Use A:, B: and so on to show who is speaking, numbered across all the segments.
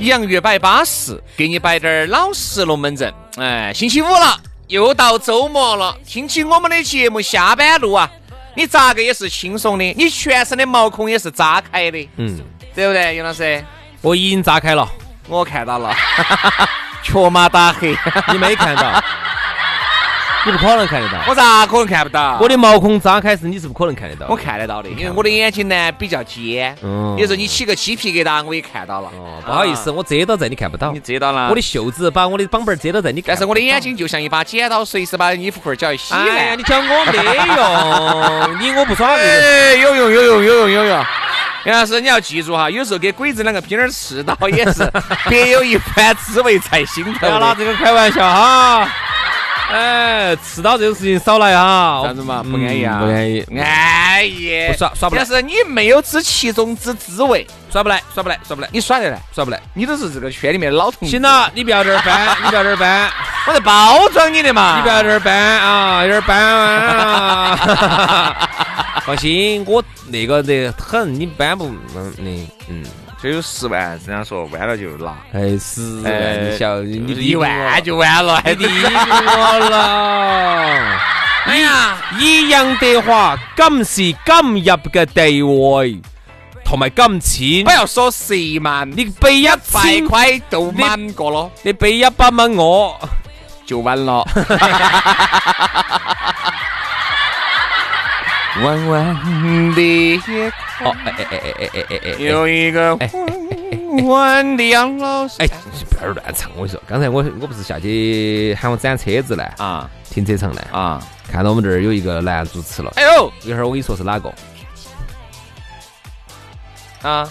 A: 洋芋摆巴适，给你摆点儿老实龙门阵。哎，星期五了，又到周末了，听起我们的节目下班路啊，你咋个也是轻松的，你全身的毛孔也是扎开的，嗯，对不对，杨老师？
B: 我已经炸开了，
A: 我看到了， 瘸马打黑，
B: 你没 看到，你不可能看得到。
A: 我咋可能看不到？
B: 我的毛孔扎开是你是不可能看得到的。
A: 我看得到的，因为我的眼睛呢比较尖，
B: 嗯
A: 有时候你起个鸡皮疙瘩我也看到了。
B: 哦，不好意思，
A: 啊
B: 我遮到在你看不到
A: 你。知道了。
B: 我的袖子把我的绑板遮到在你看
A: 但是
B: 不到。
A: 我的眼睛就像一把剪刀，随时把衣服裤儿脚一洗烂。
B: 哎呀，你讲我没
A: 啊
B: 用，哎你我不耍这个。
A: 哎，有用有用有用有用。杨老师，你要记住哈，有时候给鬼子两个拼点儿刺刀也 是别有一番滋味在心头
B: 不要拿
A: 的。
B: 这个开玩笑哈。哎，刺刀这种事情少来哈。
A: 啥子嘛？不安逸啊？
B: 嗯不愿意，
A: 安逸。
B: 不耍耍不来
A: 但是你没有知其中之滋味，
B: 耍不来，耍不来，耍不来，
A: 你耍得来？
B: 耍不来。
A: 你都是这个圈里面的老同志。
B: 行，了，你不要这 儿搬，你不要这儿搬，
A: 我在包装你的嘛。
B: 你不要这儿搬啊，有点儿搬 啊。放心，我那个的很，你搬不，嗯，你嗯。
A: 这有十万，人家说弯了就拿，
B: 哎，十
A: 哎
B: 万，你晓你
A: 一万就完了，还
B: 你低我了。
A: 哎呀！
B: 以人的話，今時今日嘅地位同埋金錢，
A: 不要说十万，
B: 你俾一
A: 百
B: 千，
A: 块都满过了。
B: 你俾一百蚊我，
A: 就完 了。弯弯的夜
B: 哦，哎哎哎哎哎哎哎，
A: 有一个弯弯的杨老师。
B: 哎，不要亂唱，我跟你說，剛才我我不是下去喊我展车子呢，
A: 啊
B: 停車場呢，
A: 啊！
B: 看到我們這兒有一個男主持了，
A: 哎呦
B: 一會兒我跟你說是哪個，
A: 啊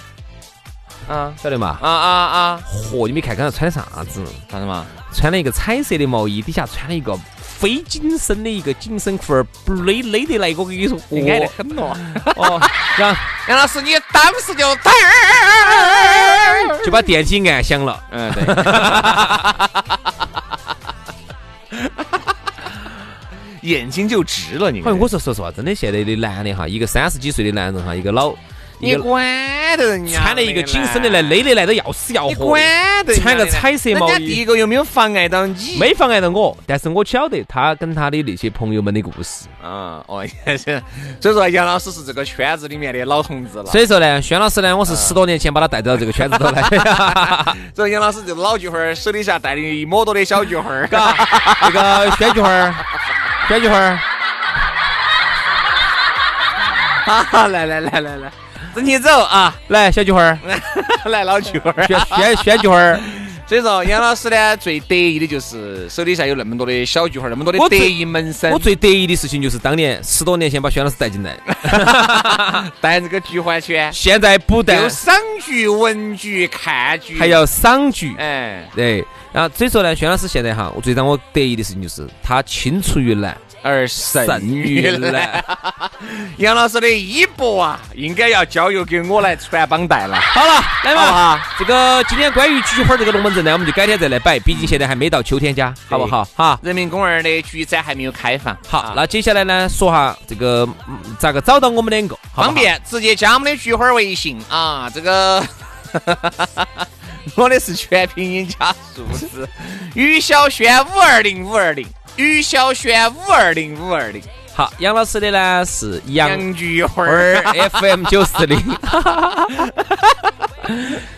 A: 啊
B: 曉得嘛
A: 啊？啊啊！
B: 嚯，你沒看看他穿的啥子？
A: 啥子嘛？
B: 穿了一個彩色的毛衣，底下穿了一個非紧身的一個紧身裤儿，勒勒得来，我跟你说，
A: 你矮得很咯。
B: 哦，然后
A: 杨老师，你当时就
B: 就把电梯按响了。
A: 嗯，对。 眼睛就直了，你
B: 好哎像我说说实话，真的现在的男的哈，一个三十几岁的男人哈，一个老，一
A: 你
B: 个
A: 管得人家
B: 穿了一个紧身的来，勒得来的要死要
A: 你
B: 活
A: 管，得人家
B: 穿个
A: 的呢
B: 彩色毛
A: 人家
B: 衣
A: 第一个又没有妨碍到你。
B: 没妨碍到我。但是我晓得他跟他的那些朋友们的故事。
A: 嗯，哦，也是 所以说杨老师是这个圈子里面的老同志了。
B: 所以说呢，轩老师呢，我是十多年前把他带到这个圈子头来，
A: 所以杨老师这个老菊花儿手底下带的一抹多的小菊 花儿，
B: 那个轩菊花儿，轩菊花儿，
A: 啊来来来来来，整体走啊，
B: 来小菊花儿，
A: 来老菊花儿。
B: 轩轩轩菊花儿，
A: 所以说杨老师呢，最得意的就是手底下有那么多的小菊花儿，那么多的
B: 我
A: 得
B: 最
A: 意门生。
B: 我最得意的事情就是当年十多年前把轩老师带进 来，
A: 带这个菊花圈，
B: 现在不但
A: 有赏菊、闻菊、看菊，
B: 啊还要赏菊。
A: 哎，
B: 对，然后所以说呢，轩老师现在哈，我最让我得意的事情就是他青出于蓝，
A: 而胜于蓝。
B: 蓝。
A: 杨老师的衣钵啊，应该要交由给我来传帮带了。
B: 好啊了，来
A: 好不
B: 嘛，
A: 好？
B: 这个今天关于菊花这个龙门阵呢，我们就改天再来摆，毕竟现在还没到秋天家，好不好？哈。
A: 人民公园的菊展还没有开放，啊
B: 好，那接下来呢，说哈这个嗯咋个找到我们两个，好不好
A: 方便直接加我们的菊花微信啊，这个。 我的是全拼音加数 字，于小轩五二零五二零，于小轩五二零五二零，
B: 好，杨老师的呢是杨
A: 杨菊花儿
B: 儿 FM 九四零，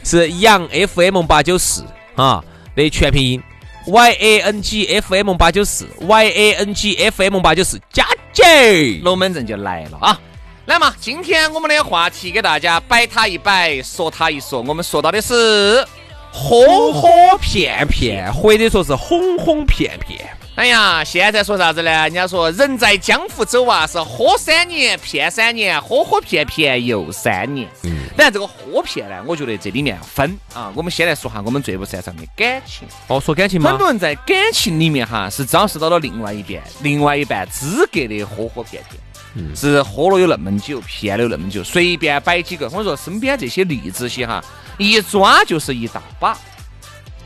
B: 是杨 FM 八九四啊的全拼音，Y A N G F M 八九四，Y A N G F M 八九四，加姐。
A: 龙门阵就来了啊！来嘛，今天我们的话题给大家摆他一摆，说他一说，我们说到的是，
B: 哄哄骗骗，或者说是哄哄骗骗。
A: 哎呀，现在说啥子呢？人家说人在江湖走啊，是喝三年骗三年，喝喝骗骗又三年。嗯，当然这个喝骗呢，我觉得这里面分啊。我们先来说下我们最不擅长的感情。
B: 哦，说感情
A: 很
B: 吗？
A: 多人在感情里面哈是遭受到了另外一边另外一半资格的喝喝骗骗，是喝了有那么久，骗了有那么久，随便摆几个。我说身边这些例子些哈，一抓就是一大把。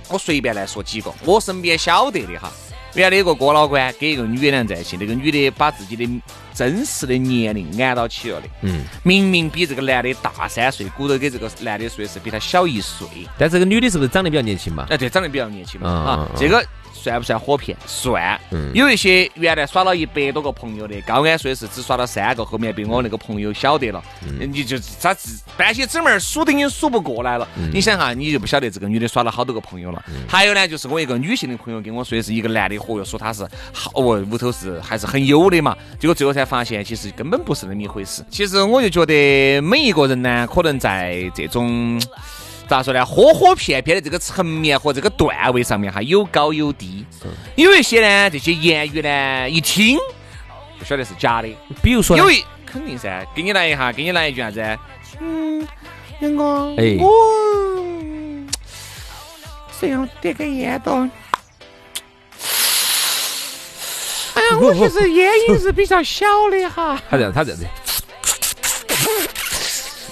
A: 我随便来说几个，我身边晓得的哈。原来有个哥老倌跟一个女的两人在一起，那个女的把自己的真实的年龄按到起了的，嗯，明明比这个男的大三岁，骨头给这个男的说是比他小一岁，
B: 但这个女的是不是长得比较年轻嘛？
A: 哎，对，长得比较年轻嘛，
B: 嗯
A: 啊
B: 嗯，
A: 这个算不算火骗？算。有一些原来耍了一百多个朋友的，高安说的是只耍了三个，后面被我那个朋友晓得了，
B: 嗯
A: 嗯你就他自搬起指门儿数都已经数不过来了。
B: 嗯
A: 你想哈，你就不晓得这个女的耍了好多个朋友了。还有呢，就是我一个女性的朋友跟我说的是一个男的，嚯哟，说他是好哦，屋头是还是很有的嘛。结果最后才发现，其实根本不是那么一回事。其实我就觉得每一个人呢，可能在这种。咋说呢？喝喝骗骗的这个层面和这个段位上面哈，有高有低。有一些呢，这些言语呢，一听不晓得是假的。
B: 比如说呢，
A: 有一肯定噻，给你来一下，给你来一句啥子？嗯，杨哥，
B: 哎
A: 我嗯谁让点根烟到？哎 呀，我其实烟瘾是比较小的哈。
B: 他这样，他这样子，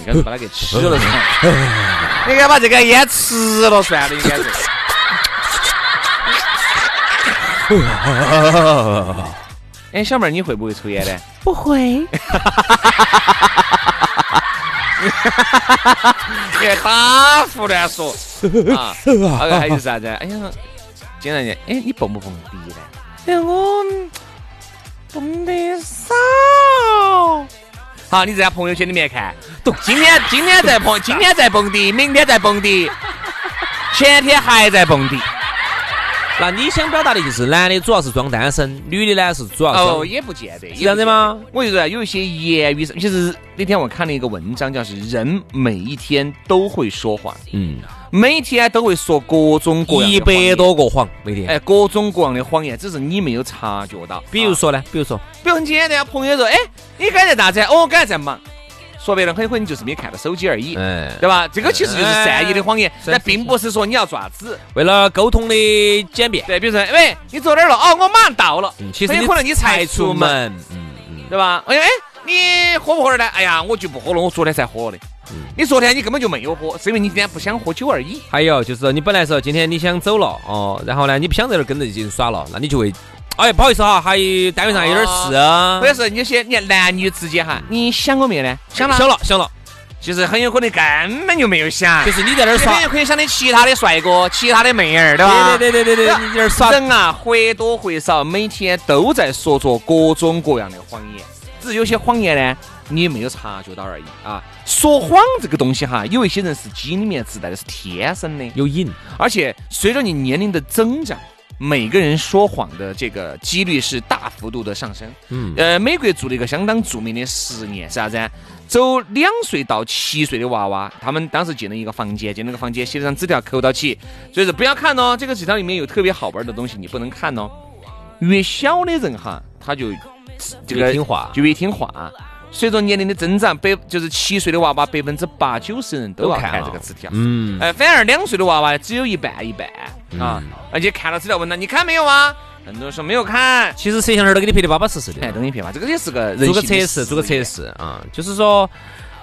A: 应该是把它给吃了 算，应该把这个烟吃了算的，应 该是。哎，小妹儿，你会不会抽烟呢？
C: 不会，
A: 别打胡乱说 啊！还有还有啥子？哎呀，经常人，哎，你蹦不蹦迪呢？哎，我蹦得少。好，你在朋友圈里面看，今天今天在蹦，今天在蹦迪，明天在蹦迪， 前天还在蹦迪。
B: 那你想表达的就是男的主要是装单身，女的呢是主要
A: 哦，
B: 装
A: 也不见得，
B: 这样子吗？
A: 我就说有一些言语上，其实那天我看了一个文章，叫是人每一天都会说谎，
B: 嗯，
A: 每天都会说各种各样
B: 一
A: 的谎言
B: 百，多个谎每天。
A: 哎，各种各样的谎言，只是你没有察觉到。
B: 比如
A: 啊，
B: 说呢，比如说，
A: 比如很简单，朋友说，哎，你刚才在咋子？哦，我刚才在忙。说白了，很可能你就是没看到手机而已，
B: 哎
A: 对吧？这个其实就是善意的谎言，但并不是说你要爪子。
B: 为了沟通的简便，
A: 对，比如说，喂，你坐哪儿了？哦，我马上到了。
B: 嗯其实
A: 很有
B: 你
A: 可能你才
B: 才
A: 出
B: 出
A: 门。
B: 门，嗯嗯，
A: 对吧？哎呀，哎，你喝不喝了呢？哎呀，我就不喝了，我昨天才喝的。你昨天你根本就没有喝，是因为你今天不想喝酒而已。
B: 还有就是你本来说今天你想走了哦，然后呢你不想在这儿跟着一起耍了，那你就会，哎不好意思哈，还有单位上有点事啊
A: 或，者是有些你看男女之间哈，你想过没有呢？想了，
B: 想了想了，
A: 其实很有可能根本就没有想
B: 就。是你在那儿
A: 这
B: 耍
A: 边，也可以想的其他的帅哥、其他的妹儿，对吧？
B: 对对对对对对，你在那儿耍，
A: 人啊，或多或少每天都在说着各种各样的谎言，只是有些谎言呢，你没有察觉到而已啊。说谎这个东西哈，有一些人是基因里面自带的，是天生的。
B: 有瘾，
A: 而且随着你年龄的增长，每个人说谎的这个几率是大幅度的上升。
B: 嗯，
A: 呃，美国做了一个相当著名的实验，是啥子啊？走两岁到七岁的娃娃，他们当时进了一个房间，进那个房间写了张纸条扣到起，所以说不要看哦，这个纸条里面有特别好玩的东西，你不能看哦。越小的人哈，他就这个
B: 越听话
A: 就越听话。啊随着年龄的增长，百就是七岁的娃娃，百分之八九十人都要
B: 都看
A: 看
B: 啊
A: 这个纸条。
B: 嗯，
A: 哎，反而两岁的娃娃只有一半一半啊，而且看了资料问他，你看没有啊？很多人说没有看，
B: 其实摄像头儿都给你拍得巴巴适适的
A: 哎，，东西骗吧，这个也是个人
B: 做个
A: 性的
B: 测试，做个测
A: 验。
B: 试啊，就是说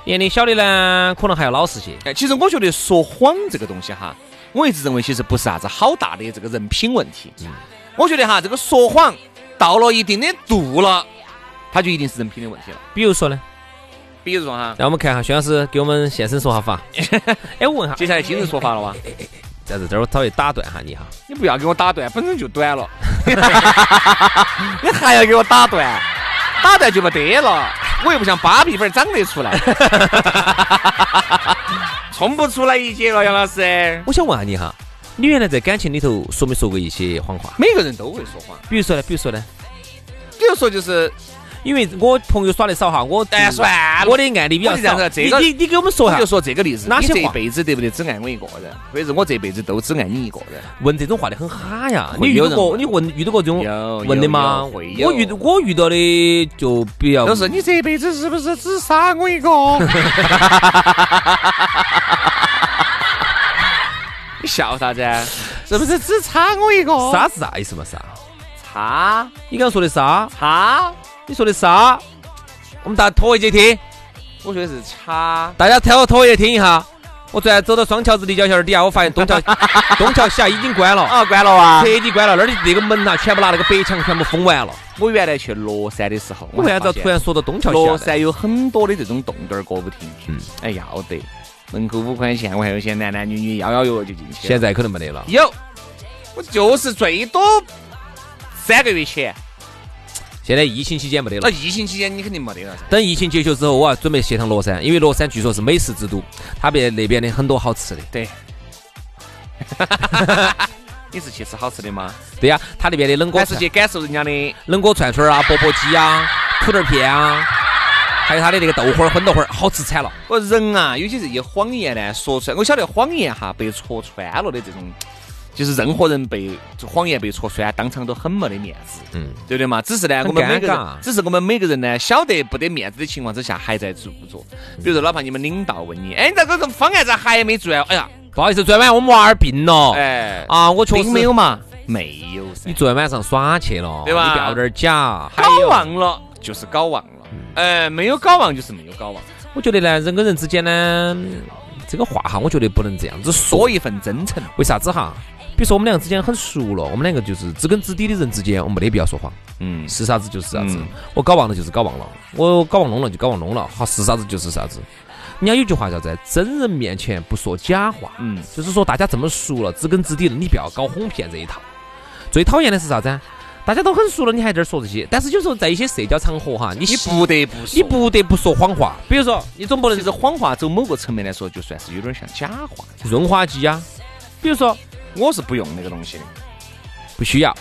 B: 年龄小的呢，可能还要老实些，
A: 哎，其实我觉得说谎这个东西哈，我一直认为其实不是啥子好大的这个人品问题。
B: 嗯
A: 我觉得哈，这个说谎到了一定的度了，它就一定是人品的问题了。
B: 比如说呢。
A: 比如说哈，
B: 让我们看哈，薛老师给我们现身说下 法。哎，我问下，
A: 接下来今日说法了哇，
B: 在这这儿我稍微打断哈你哈。
A: 你不要给我打断，本身就短了， 你还要给我打断，打断就没得了，我又不像芭比粉儿长得出来， 冲不出来一截了，杨老师。
B: 我想问下你哈，你原来在感情里头说没说过一些谎话？
A: 每个人都会说谎，
B: 比如说呢，比如说呢，
A: 比如说就是，
B: 因为我朋友耍的少哈，我
A: 哎算了
B: 我的案例比较
A: 我就这样
B: 少
A: 子。这个
B: 你你你给我们说
A: 我
B: 一
A: 就
B: 下，
A: 说这个例子，
B: 哪
A: 你
B: 些
A: 这一
B: 话
A: 辈子得不得只爱我一个人，或者是我这辈子都只爱你一个人？
B: 问这种话的很哈呀。你
A: 会
B: 遇
A: 有
B: 到
A: 人
B: 过
A: 问
B: 你问遇到过这种
A: 有
B: 问的
A: 有
B: 吗？
A: 有
B: 我
A: 会有
B: 遇我遇到的就比较
A: 都是你这辈子是不是只杀我一 个？你笑啥子？啊是不是只差我一个？
B: 啥是啥意思嘛？啥？
A: 差
B: 你刚刚说的啥？
A: 差？
B: 你说的啥？我们大家拖一节听，
A: 我觉得是差。
B: 大家拖拖一节听一下。我昨天走到双桥子立交桥底下，我发现东桥 东桥下已经关了，
A: 啊，关了啊！
B: 彻底关了。那儿的那个门呐、全部拿那个白墙全部封完了。
A: 我原来去乐山的时候，
B: 我为啥子要突然说到东桥
A: 乐
B: 下来？
A: 山有很多的这种动点儿歌舞厅？
B: 嗯
A: 嗯，哎，要得，门口五块钱，我还有些男男女女摇摇悠悠就进去了。
B: 现在可能没得了。
A: 有，我就是最多三个月前，
B: 现在疫情期间没得
A: 那
B: 了。
A: 疫情期间你肯定没得了噻。
B: 等疫情结束之后，我要准备去趟乐山，因为乐山据说是美食之都，它边那边的很多好吃的。
A: 对，你是去吃好吃的吗？
B: 对呀、它那边的冷锅
A: 还哎是
B: 串
A: 去感受人家的？
B: 冷锅串串儿啊、钵钵鸡啊、土豆片啊，还有它的那个豆花儿、荤豆花儿，好吃惨了。
A: 我人啊，有些这些谎言呢，说出来，我晓得谎言哈被戳穿了的这种，就是任何人被就谎言被戳穿，当场都很没得面子，
B: 嗯，
A: 对不对嘛？只是呢，
B: 很
A: 我们每个
B: 尴
A: 人
B: 尬，
A: 只是我们每个人呢，晓得不得面子的情况之下，还在做做。比如说，哪怕你们领导问你，哎，你咋这个方案咋还没做啊？哎呀，
B: 不好意思，昨晚我们娃儿病了。
A: 哎，
B: 啊，我确实
A: 并没有。嘛，没有噻
B: 你。昨天晚上耍去了，
A: 对吧
B: 你不要点儿假。还
A: 搞
B: 有，
A: 忘了就是搞忘了，哎，没有搞忘就是没有搞忘，
B: 我觉得呢，人跟人之间呢，这个话哈，我觉得不能这样子说
A: 多。一份真诚。
B: 为啥子哈？比如说我们两个之间很熟了，我们两个就是知根知底的人之间，我们没得必要说谎。
A: 嗯，
B: 是啥子就是啥子
A: 嗯，
B: 我搞忘了就是搞忘了，我搞忘弄了就搞忘弄了，好是啥子就是啥子。人家有句话叫在真人面前不说假话，
A: 嗯，
B: 就是说大家这么熟了，知根知底了，你不要搞哄骗这一套。最讨厌的是啥子啊？大家都很熟了，你还在这儿说这些，但是有时候在一些社交场合哈，你
A: 你
B: 习
A: 不得不说，
B: 你不得不说谎话，比如说你总不能
A: 其实谎话走某个层面来说，就算是有点像假话。
B: 润滑剂呀，比如说
A: 我是不用那个东西的。
B: 不需要，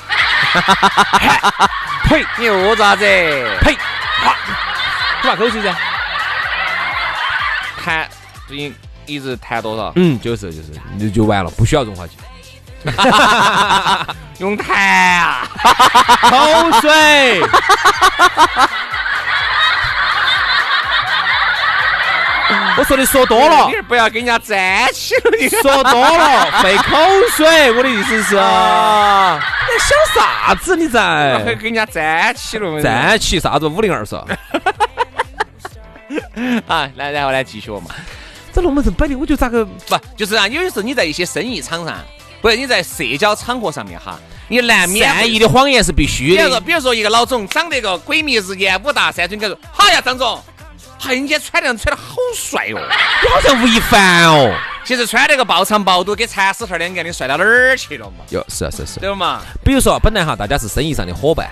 A: 呸！你又咋子？
B: 呸，吐把口水噻。
A: 谈最近一直谈多少？
B: 嗯，就是就是，你就就完了，不需要润滑剂。
A: 用谈啊！
B: 口水。我说的说多了
A: 你，不要跟人家沾起了 你。
B: 说多了费口水。我的意思是，
A: 啊！
B: 你想啥子你
A: 还
B: 在？
A: 跟人家沾起了我跟你说
B: 站起啥子五零二是？
A: 啊！来，然后来继续嘛。
B: 这龙门阵摆的，我觉得咋个？
A: 不，就是啊，有的时候你在一些生意场上，不是你在社交场合上面哈，你难免
B: 善意
A: 的。
B: 的谎言是必须
A: 比如说，
B: 的。
A: 比如说一个老总长得个鬼迷日眼，五大三粗，你跟他说，好呀，张总，哎，你今天穿的穿的好帅哦。
B: 你好像吴亦凡哦。
A: 其实穿那个爆长暴肚跟蚕丝头两个，你帅到哪儿去了嘛？
B: 哟，是啊是啊是啊。
A: 对嘛？
B: 比如说，本来哈大家是生意上的伙伴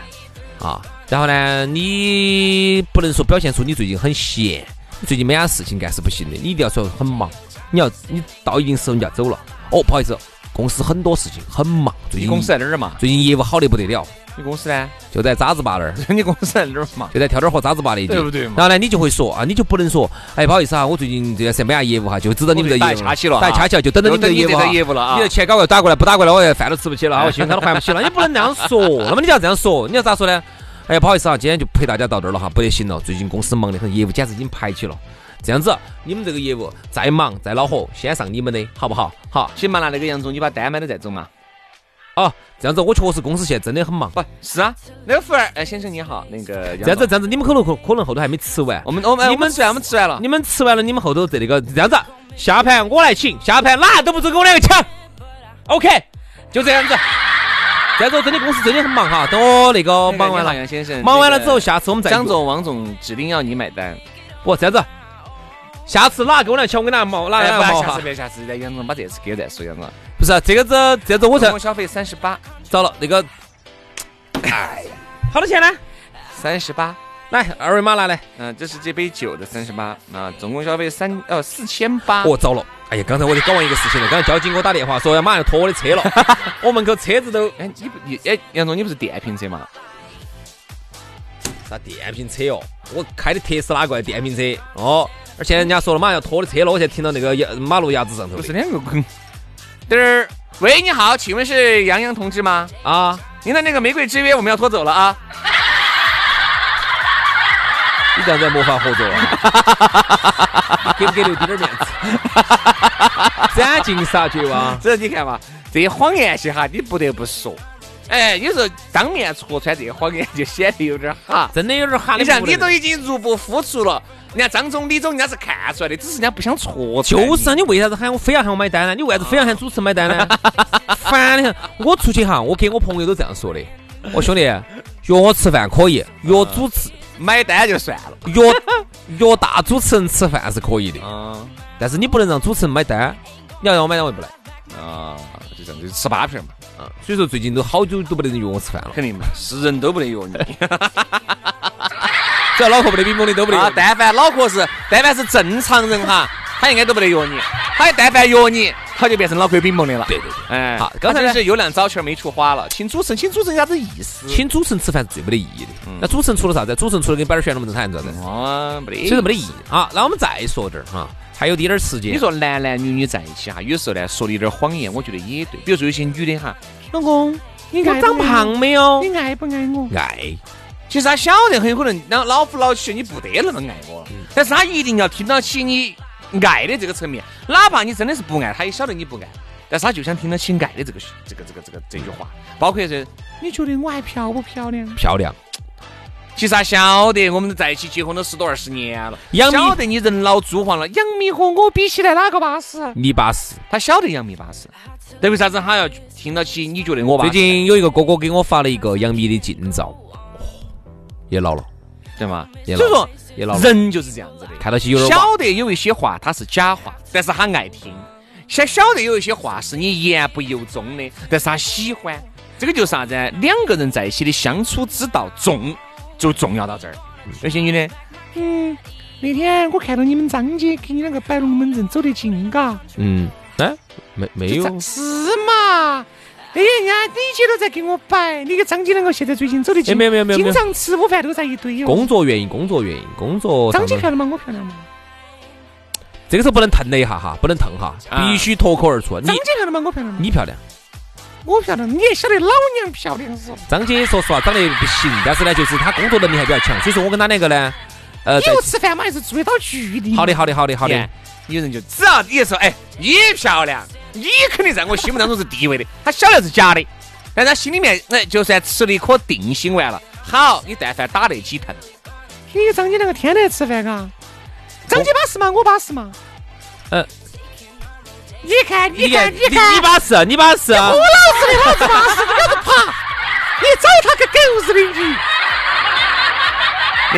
B: 啊，然后呢，你不能说表现出你最近很闲，你最近没啥事情干是不行的，你一定要说很忙。你要你到一定时候你就要走了。哦，不好意思，公司很多事情很忙，最
A: 你
B: 近
A: 公司在哪儿嘛？
B: 最近业务好的不得了，
A: 你公司呢？
B: 就在渣子坝那儿，
A: 你公司在哪儿嘛？
B: 就在跳跳河渣子坝那一
A: 对不
B: 间。
A: 对
B: 然
A: 嘛？
B: 后呢，你就会说啊，你就不能说，哎，不好意思啊，我最近这段时间没啥业务啊哈，就只等你们的
A: 我
B: 业
A: 就
B: 务
A: 打掐起了
B: 打
A: 啊
B: 掐起了，就等着你们的业务
A: 就等
B: 哈
A: 你这个业务了啊
B: 你的钱赶快打过来，不打过来，我饭都吃不起了啊，我 信用卡都还不起了。你不能那样说，那么你要这样说，你要咋说呢？哎呀，不好意思啊，今天就陪大家到这儿了哈，不得行了，最近公司忙得很，业务简直已经排起了。这样子，啊你们这个业务再忙再恼火，先上你们的好不好？好
A: 行嘛，那那个杨总，你把单买了再走嘛。
B: 啊，这样子我确实公司现在真的很忙。
A: 不是啊，那个服务员，哎，先生你好，那个
B: 这样子
A: 子，
B: 这样子，你们可能可能后头还没吃完，
A: 我们我们
B: 你
A: 我们
B: 们
A: 吃完我们吃完了，
B: 你们吃完了，你们后头这那个这样子，下盘我来请，下盘哪都不准跟我两个抢。OK，就这样子。这样子我真的公司真的很忙哈，等我那个
A: 那个
B: 忙完
A: 你好
B: 了，
A: 杨先生，
B: 忙完了
A: 那
B: 之
A: 个
B: 后，下次我们再
A: 张总、王总指定要你买单。
B: 不这样子，下次哪跟我两个抢，我给哪毛哪
A: 哎
B: 两
A: 不
B: 个毛
A: 要下
B: 哈
A: 次，别下次，杨总把这次给再说，杨总。
B: 不是啊这个子，这样子我才
A: 总共消费三十八，
B: 糟了那个，哎呀，好多钱呢？
A: 三十八，
B: 来，二维码拿来。
A: 嗯，这是这杯酒的三十八啊，总共消费三呃四千八。
B: 哦，糟了！哎呀，刚才我就搞完一个事情了，刚才交警给我打电话说要马上拖我的车了， 我门口车子都
A: 哎，你不你哎，杨总你不是电瓶车吗？
B: 啥电瓶车哦，我开的特斯拉过来电瓶车哦，而且人家说了马上要拖我的车了，我现在停到那个牙马路牙子上
A: 不
B: 头了
A: 是两个滚。嘚儿，喂，你好，请问是杨洋同志吗？
B: 啊！
A: 您的那个玫瑰之约我们要拖走了啊！
B: 你这样在模仿合作啊了， 给不给留滴点儿 面子？斩尽杀绝啊哇！
A: 这你看嘛，这些谎言些哈，你不得不说。哎，有时候当面戳穿这些谎言，就显得有点哈。
B: 真的有点喊
A: 啊你像你都
B: 一
A: 已经入不敷出了，人家张总、李总人家是看出来的，只是人家不想戳穿你。
B: 就是啊，你为啥子喊我非要喊我买单呢？你为啥子非要喊主持人 买单呢？烦的很。我出去哈，我给我朋友都这样说的。我兄弟约我吃饭可以，约主持
A: 买单就算了。
B: 约约大主持人吃饭是可以的，
A: 嗯
B: 但是你不能让主持人买单。你要让我买单，我也不来。
A: 啊，就这样，就吃八瓶嘛，
B: 啊，所以说最近都好久都不得人约我吃饭了，
A: 肯定嘛，是人都不能约你。
B: 只要脑壳不得冰崩的都不得
A: 啊
B: 约，。
A: 但凡脑壳是，但凡是正常人哈， 他应该都不得约你。他但凡约你，他就变成脑壳冰崩的了。
B: 对对对，
A: 哎，
B: 好刚才呢
A: 他就是有两招钱没处花了，请主持人，请主持人啥子意思？
B: 请主持人吃饭是最没得意义的。
A: 嗯
B: 那主持人除了啥子？主持人除了给你摆点玄龙门阵，他还能做啥子？
A: 哦，没得。
B: 所以说没得意义啊。那我们再说点儿哈，还有滴点儿时间。
A: 你说男男女女在一起哈，有时候呢说了一点谎言，我觉得也对。比如说有些女的哈，老公，你
B: 我
A: 爱不
B: 长
A: 爱我，
B: 胖没有？
A: 你爱不爱我？
B: 爱，
A: 其实他晓得很有可能，老老夫老妻，你不得那么爱我
B: 嗯
A: 了，但是他一定要听到起你爱的这个层面，哪怕你真的是不爱，他也晓得你不爱，但是他就想听到起爱的这个这个这个这个这句话，包括是你觉得我还漂不漂亮？
B: 漂亮。
A: 其实他晓得我们在一起结婚都十多二十年了，
B: 杨幂
A: 晓得你人老珠黄了，杨幂和我比起来哪个巴适？
B: 你巴适。
A: 他晓得杨幂巴适，但为啥子他要听到起你觉得我巴
B: 最
A: 适？
B: 近有一个哥哥给我发了一个杨幂的近照，哦也老了，
A: 对吗？
B: 也
A: 所
B: 老
A: 以说
B: 也老了，
A: 人就是这样子的，
B: 看到起有点娃。
A: 晓得有一些话他是假话，但是他爱听；晓晓得有一些话是你言不由衷的，但是他喜欢。这个就是啥子？啊两个人在一起的相处之道重，就重要到这儿。有些女的，嗯，那天我看到你们张姐给你两个摆龙门阵走得近，嘎，
B: 嗯，哎，没没有，
A: 是嘛？哎呀，人家李姐都在给我摆，你跟张姐两个现在最近走得
B: 哎
A: 近，
B: 没有没有没有没有
A: 经常吃午饭都在一堆哦。
B: 工作原因，工作原因，工作上
A: 张姐
B: 面。
A: 漂亮吗？我漂亮吗？
B: 这个时候不能腾了一下哈，不能腾哈，
A: 啊
B: 必须脱口而出。你
A: 张姐漂亮吗？我漂亮吗？
B: 你漂亮，
A: 我漂亮，你也晓得老娘漂亮是吧？
B: 张姐说实话长得不行，但是呢，就是她工作能力还比较强，所以说我跟她两个呢，呃，在
A: 你又吃饭嘛，还是注意到距离。
B: 好的好的好的好
A: 好
B: 的
A: 的，，有人就只要你说，哎，你漂亮，你肯定在我心目当中是第一位的。他晓得是假的，但他心里面哎，就算吃了一颗定心丸了，好，你但凡打得几疼，
D: 你跟张姐两个天天吃饭嘎？张姐巴适吗？我巴适吗？
B: 呃，
D: 你看，你看，
B: 你
D: 你看，
B: 你巴适，你巴适啊，
D: 你找他个狗日的你！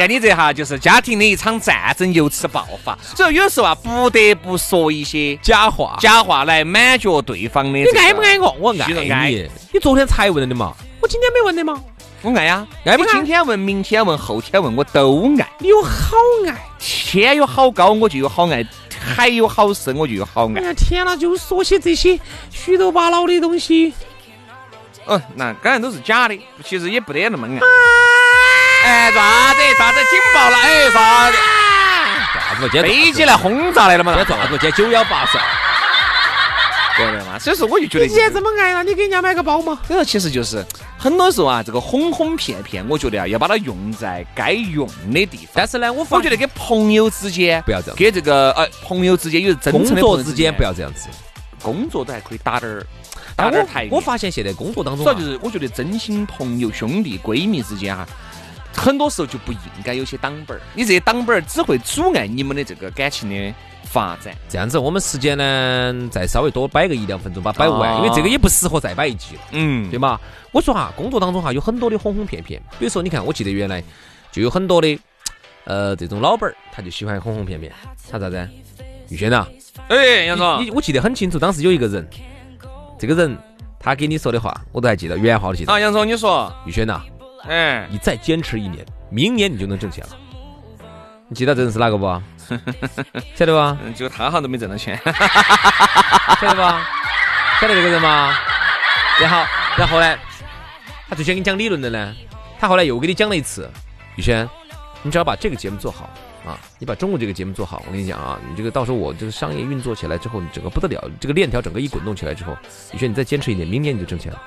A: 看你这哈就是家庭的一场战争由此爆发。所以有时候啊，不得不说一些
B: 假话。
A: 假话来满足对方的。
B: 你爱不爱？我？我
A: 其实
B: 爱
A: 爱
B: 你。哎你昨天才问的嘛？我今天没问的吗？
A: 我爱呀，
B: 爱不
A: 我
B: 爱
A: 今天问，明天问，后天问，我都爱。
D: 你有好爱，
A: 天有好高，我就有好爱；海有好深，我就有好
D: 哎
A: 爱。
D: 呀天哪，就说些这些虚头巴脑的东西。
A: 哦，那当然都是假的，其实也不得那么爱。哎，啥子啥子警报了？哎，啥子？
B: 啥子嘛？啊今
A: 飞机来轰炸来了嘛？
B: 今天咋子？啊今天九幺八噻。
A: 对不对嘛？所以说，我就觉得
D: 你既然这么爱了，你给人家买个包嘛？
A: 这个其实就是很多时候啊，这个哄哄骗骗，我觉得啊，要把它用在该用的地方。
B: 但是呢，我发
A: 我觉得跟朋友之间
B: 不要这样
A: 跟这个呃朋友之间有真
B: 工
A: 诚的
B: 作
A: 朋友
B: 之间不要这样子。
A: 工作都还可以打点儿打
B: 但
A: 点儿台面
B: 啊我我发现现在工作当中
A: 主要
B: 啊
A: 就，是我觉得真心朋友、兄弟、闺蜜之间哈、啊很多时候就不应该有些挡板儿，你这些挡板儿只会阻碍你们的这个感情的发展。
B: 这样子，我们时间呢再稍微多摆个一两分钟，把它摆完，
A: 啊
B: 因为这个也不适合再摆一集了，
A: 嗯
B: 对，吗？我说哈，工作当中哈有很多的哄哄骗骗，比如说你看，我记得原来就有很多的呃这种老板儿，他就喜欢哄哄骗骗，他咋子？啊宇轩呐，
A: 哎，杨
B: 你你我记得很清楚，当时有一个人，这个人他啊给你说的话，我都还记得，原话都记得。
A: 啊，杨总，你说，
B: 宇轩呐，
A: 哎，
B: 你再坚持一年，明年你就能挣钱了。你记得这人是哪个 不？晓得吧？
A: 嗯，结果他好像都没挣到 钱。
B: 晓得吧？晓得这个人吗？然后，然后呢？他最先跟你讲理论的呢，他后来又给你讲了一次。宇轩，你只要把这个节目做好啊，你把中国这个节目做好，我跟你讲啊，你这个到时候我这个商业运作起来之后，你整个不得了，这个链条整个一滚动起来之后，宇轩你再坚持一点，明年你就挣钱了。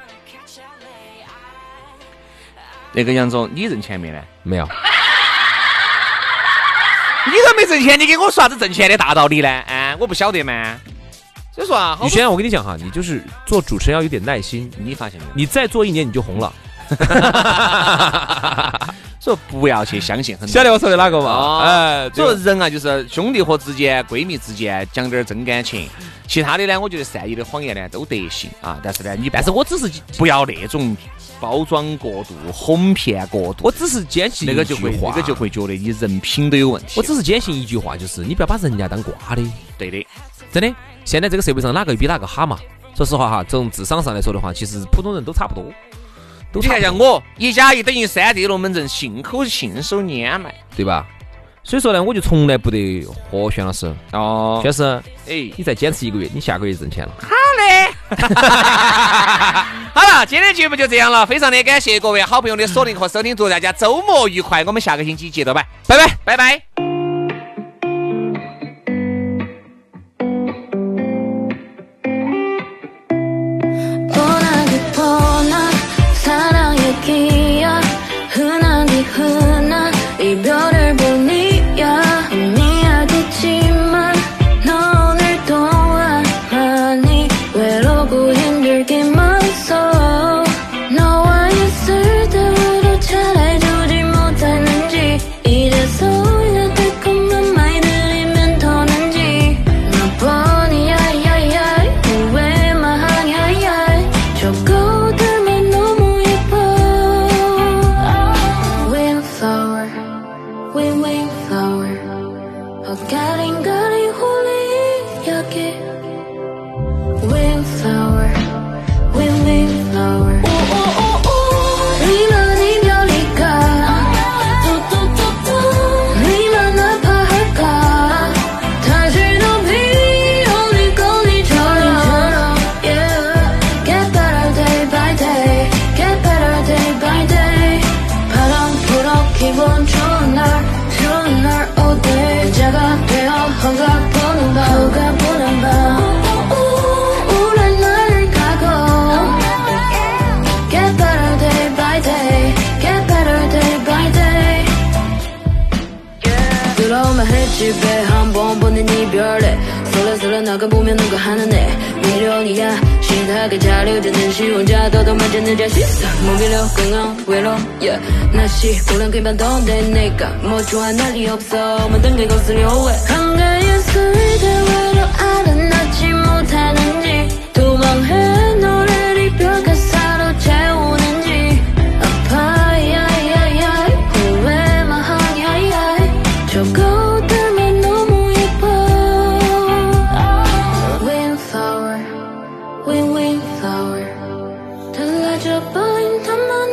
A: 那个杨总，你挣钱没呢？
B: 没有，
A: 你都没挣钱，你给我说啥子挣钱的大道理呢？哎，我不晓得嘛。所以说啊，好多
B: 宇轩，我跟你讲哈，你就是做主持人要有点耐心，
A: 你发现没有？
B: 你再做一年你就红了。
A: 所以不要去相信很多。
B: 晓得我说的哪个吗？
A: 哎
B: 哎，，
A: 所以人啊，就是兄弟伙之间、闺蜜之间讲点儿真感情，
B: 嗯
A: 其他的呢，我觉得善意的谎言呢都得行啊。但是呢，你
B: 但是我只是
A: 不要那种包装过度、哄骗过度，
B: 我只是坚信
A: 那个就
B: 一
A: 会
B: 句
A: 那
B: 话
A: 个就会觉得你人品都有问题。
B: 我只是坚信一句话，就是你不要把人家当瓜的，
A: 对的，
B: 真的。现在这个社会上哪个比哪个哈嘛？说实话哈，从智商上来说的话，其实普通人都差不多，都
A: 你看
B: 差不
A: 像
B: 多，
A: 我一加一等于三，这龙门阵信口信手拈来。
B: 对吧？所以说呢，我就从来不得和轩老师，
A: 哦
B: 轩，老师，
A: 哎，
B: 你再坚持一个月，你下个月就挣钱了。
A: 好了，今天的节目就这样了，非常的感谢各位好朋友的锁定和收听，祝大家周末愉快，我们下个星期接着拜，拜拜，拜拜。
E: 뻔하게 뻔한 사랑의 기억 흔하기 흔한 이별을 보니야 이야기지만 너 오늘 동안 많이 외롭고 힘들기만 써 너와 있을 때로 잘해주지 못하는지 이제서 올려들 것만 많이 들리면 더는지 너 뻔히 야야야 왜만 하냐야 저거 들면 너무 예뻐 Windflower Wind Windflower 헛가링가리 홀리 여기 Windflower Wind Windflower 네만 이별일까 네만 아파할까 다시는 비오는 거리처럼 Get better day by day Get better day by day 바람 불어 기분 좋은 날 좋은 날 all day 자가 되어 허가 보는 밤 허가 보는 밤 우울한 날을 가고 Get better day by day Get better day by day 들어오면 횟집에 한 번 보는 이별에 설레설레 나가보면 누가 하는 애 미련이야 신나게 자료되는 시 혼자 더듬어지는 자식사 무기력 끊어 외로움 yeah. 날씨 고랑 그만 더내 내가 뭐 좋아 날이 없어 모든 게 거슬려 왜 한가했을 때외로 알아나지 못하는지 도망해 너를 이별과 사로채우는지 아파야야야 후회만 하냐야 저거 들면 너무 예뻐 Windflower Wind Windflower 달라져버린 단만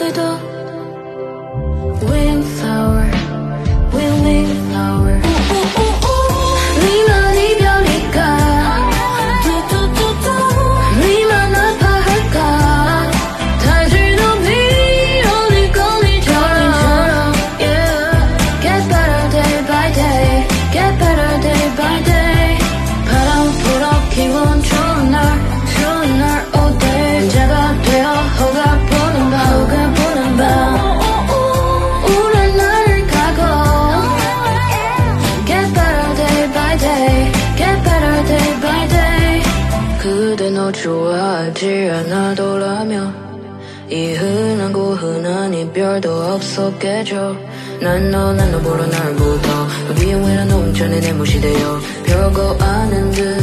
E: 우리도 Windflower Wind Windflower 네만 이별일까 네만 아파할까 다시도 비오는 거리처럼 Get better day by day Get better day by day 바람 불어 기분 좋은 날 좋은 날 all day 자가 되어 허가 보는 밤 허가 보는 밤 우울한 날을 가고 Get better day by day, get better day by day. 그대 너 좋아하지 않아도라면 이 흔한 고흔한 이별도 없었겠죠. 난너난너 보러 날부터 위험이란 홍천에 내무시되어 별거 아닌 듯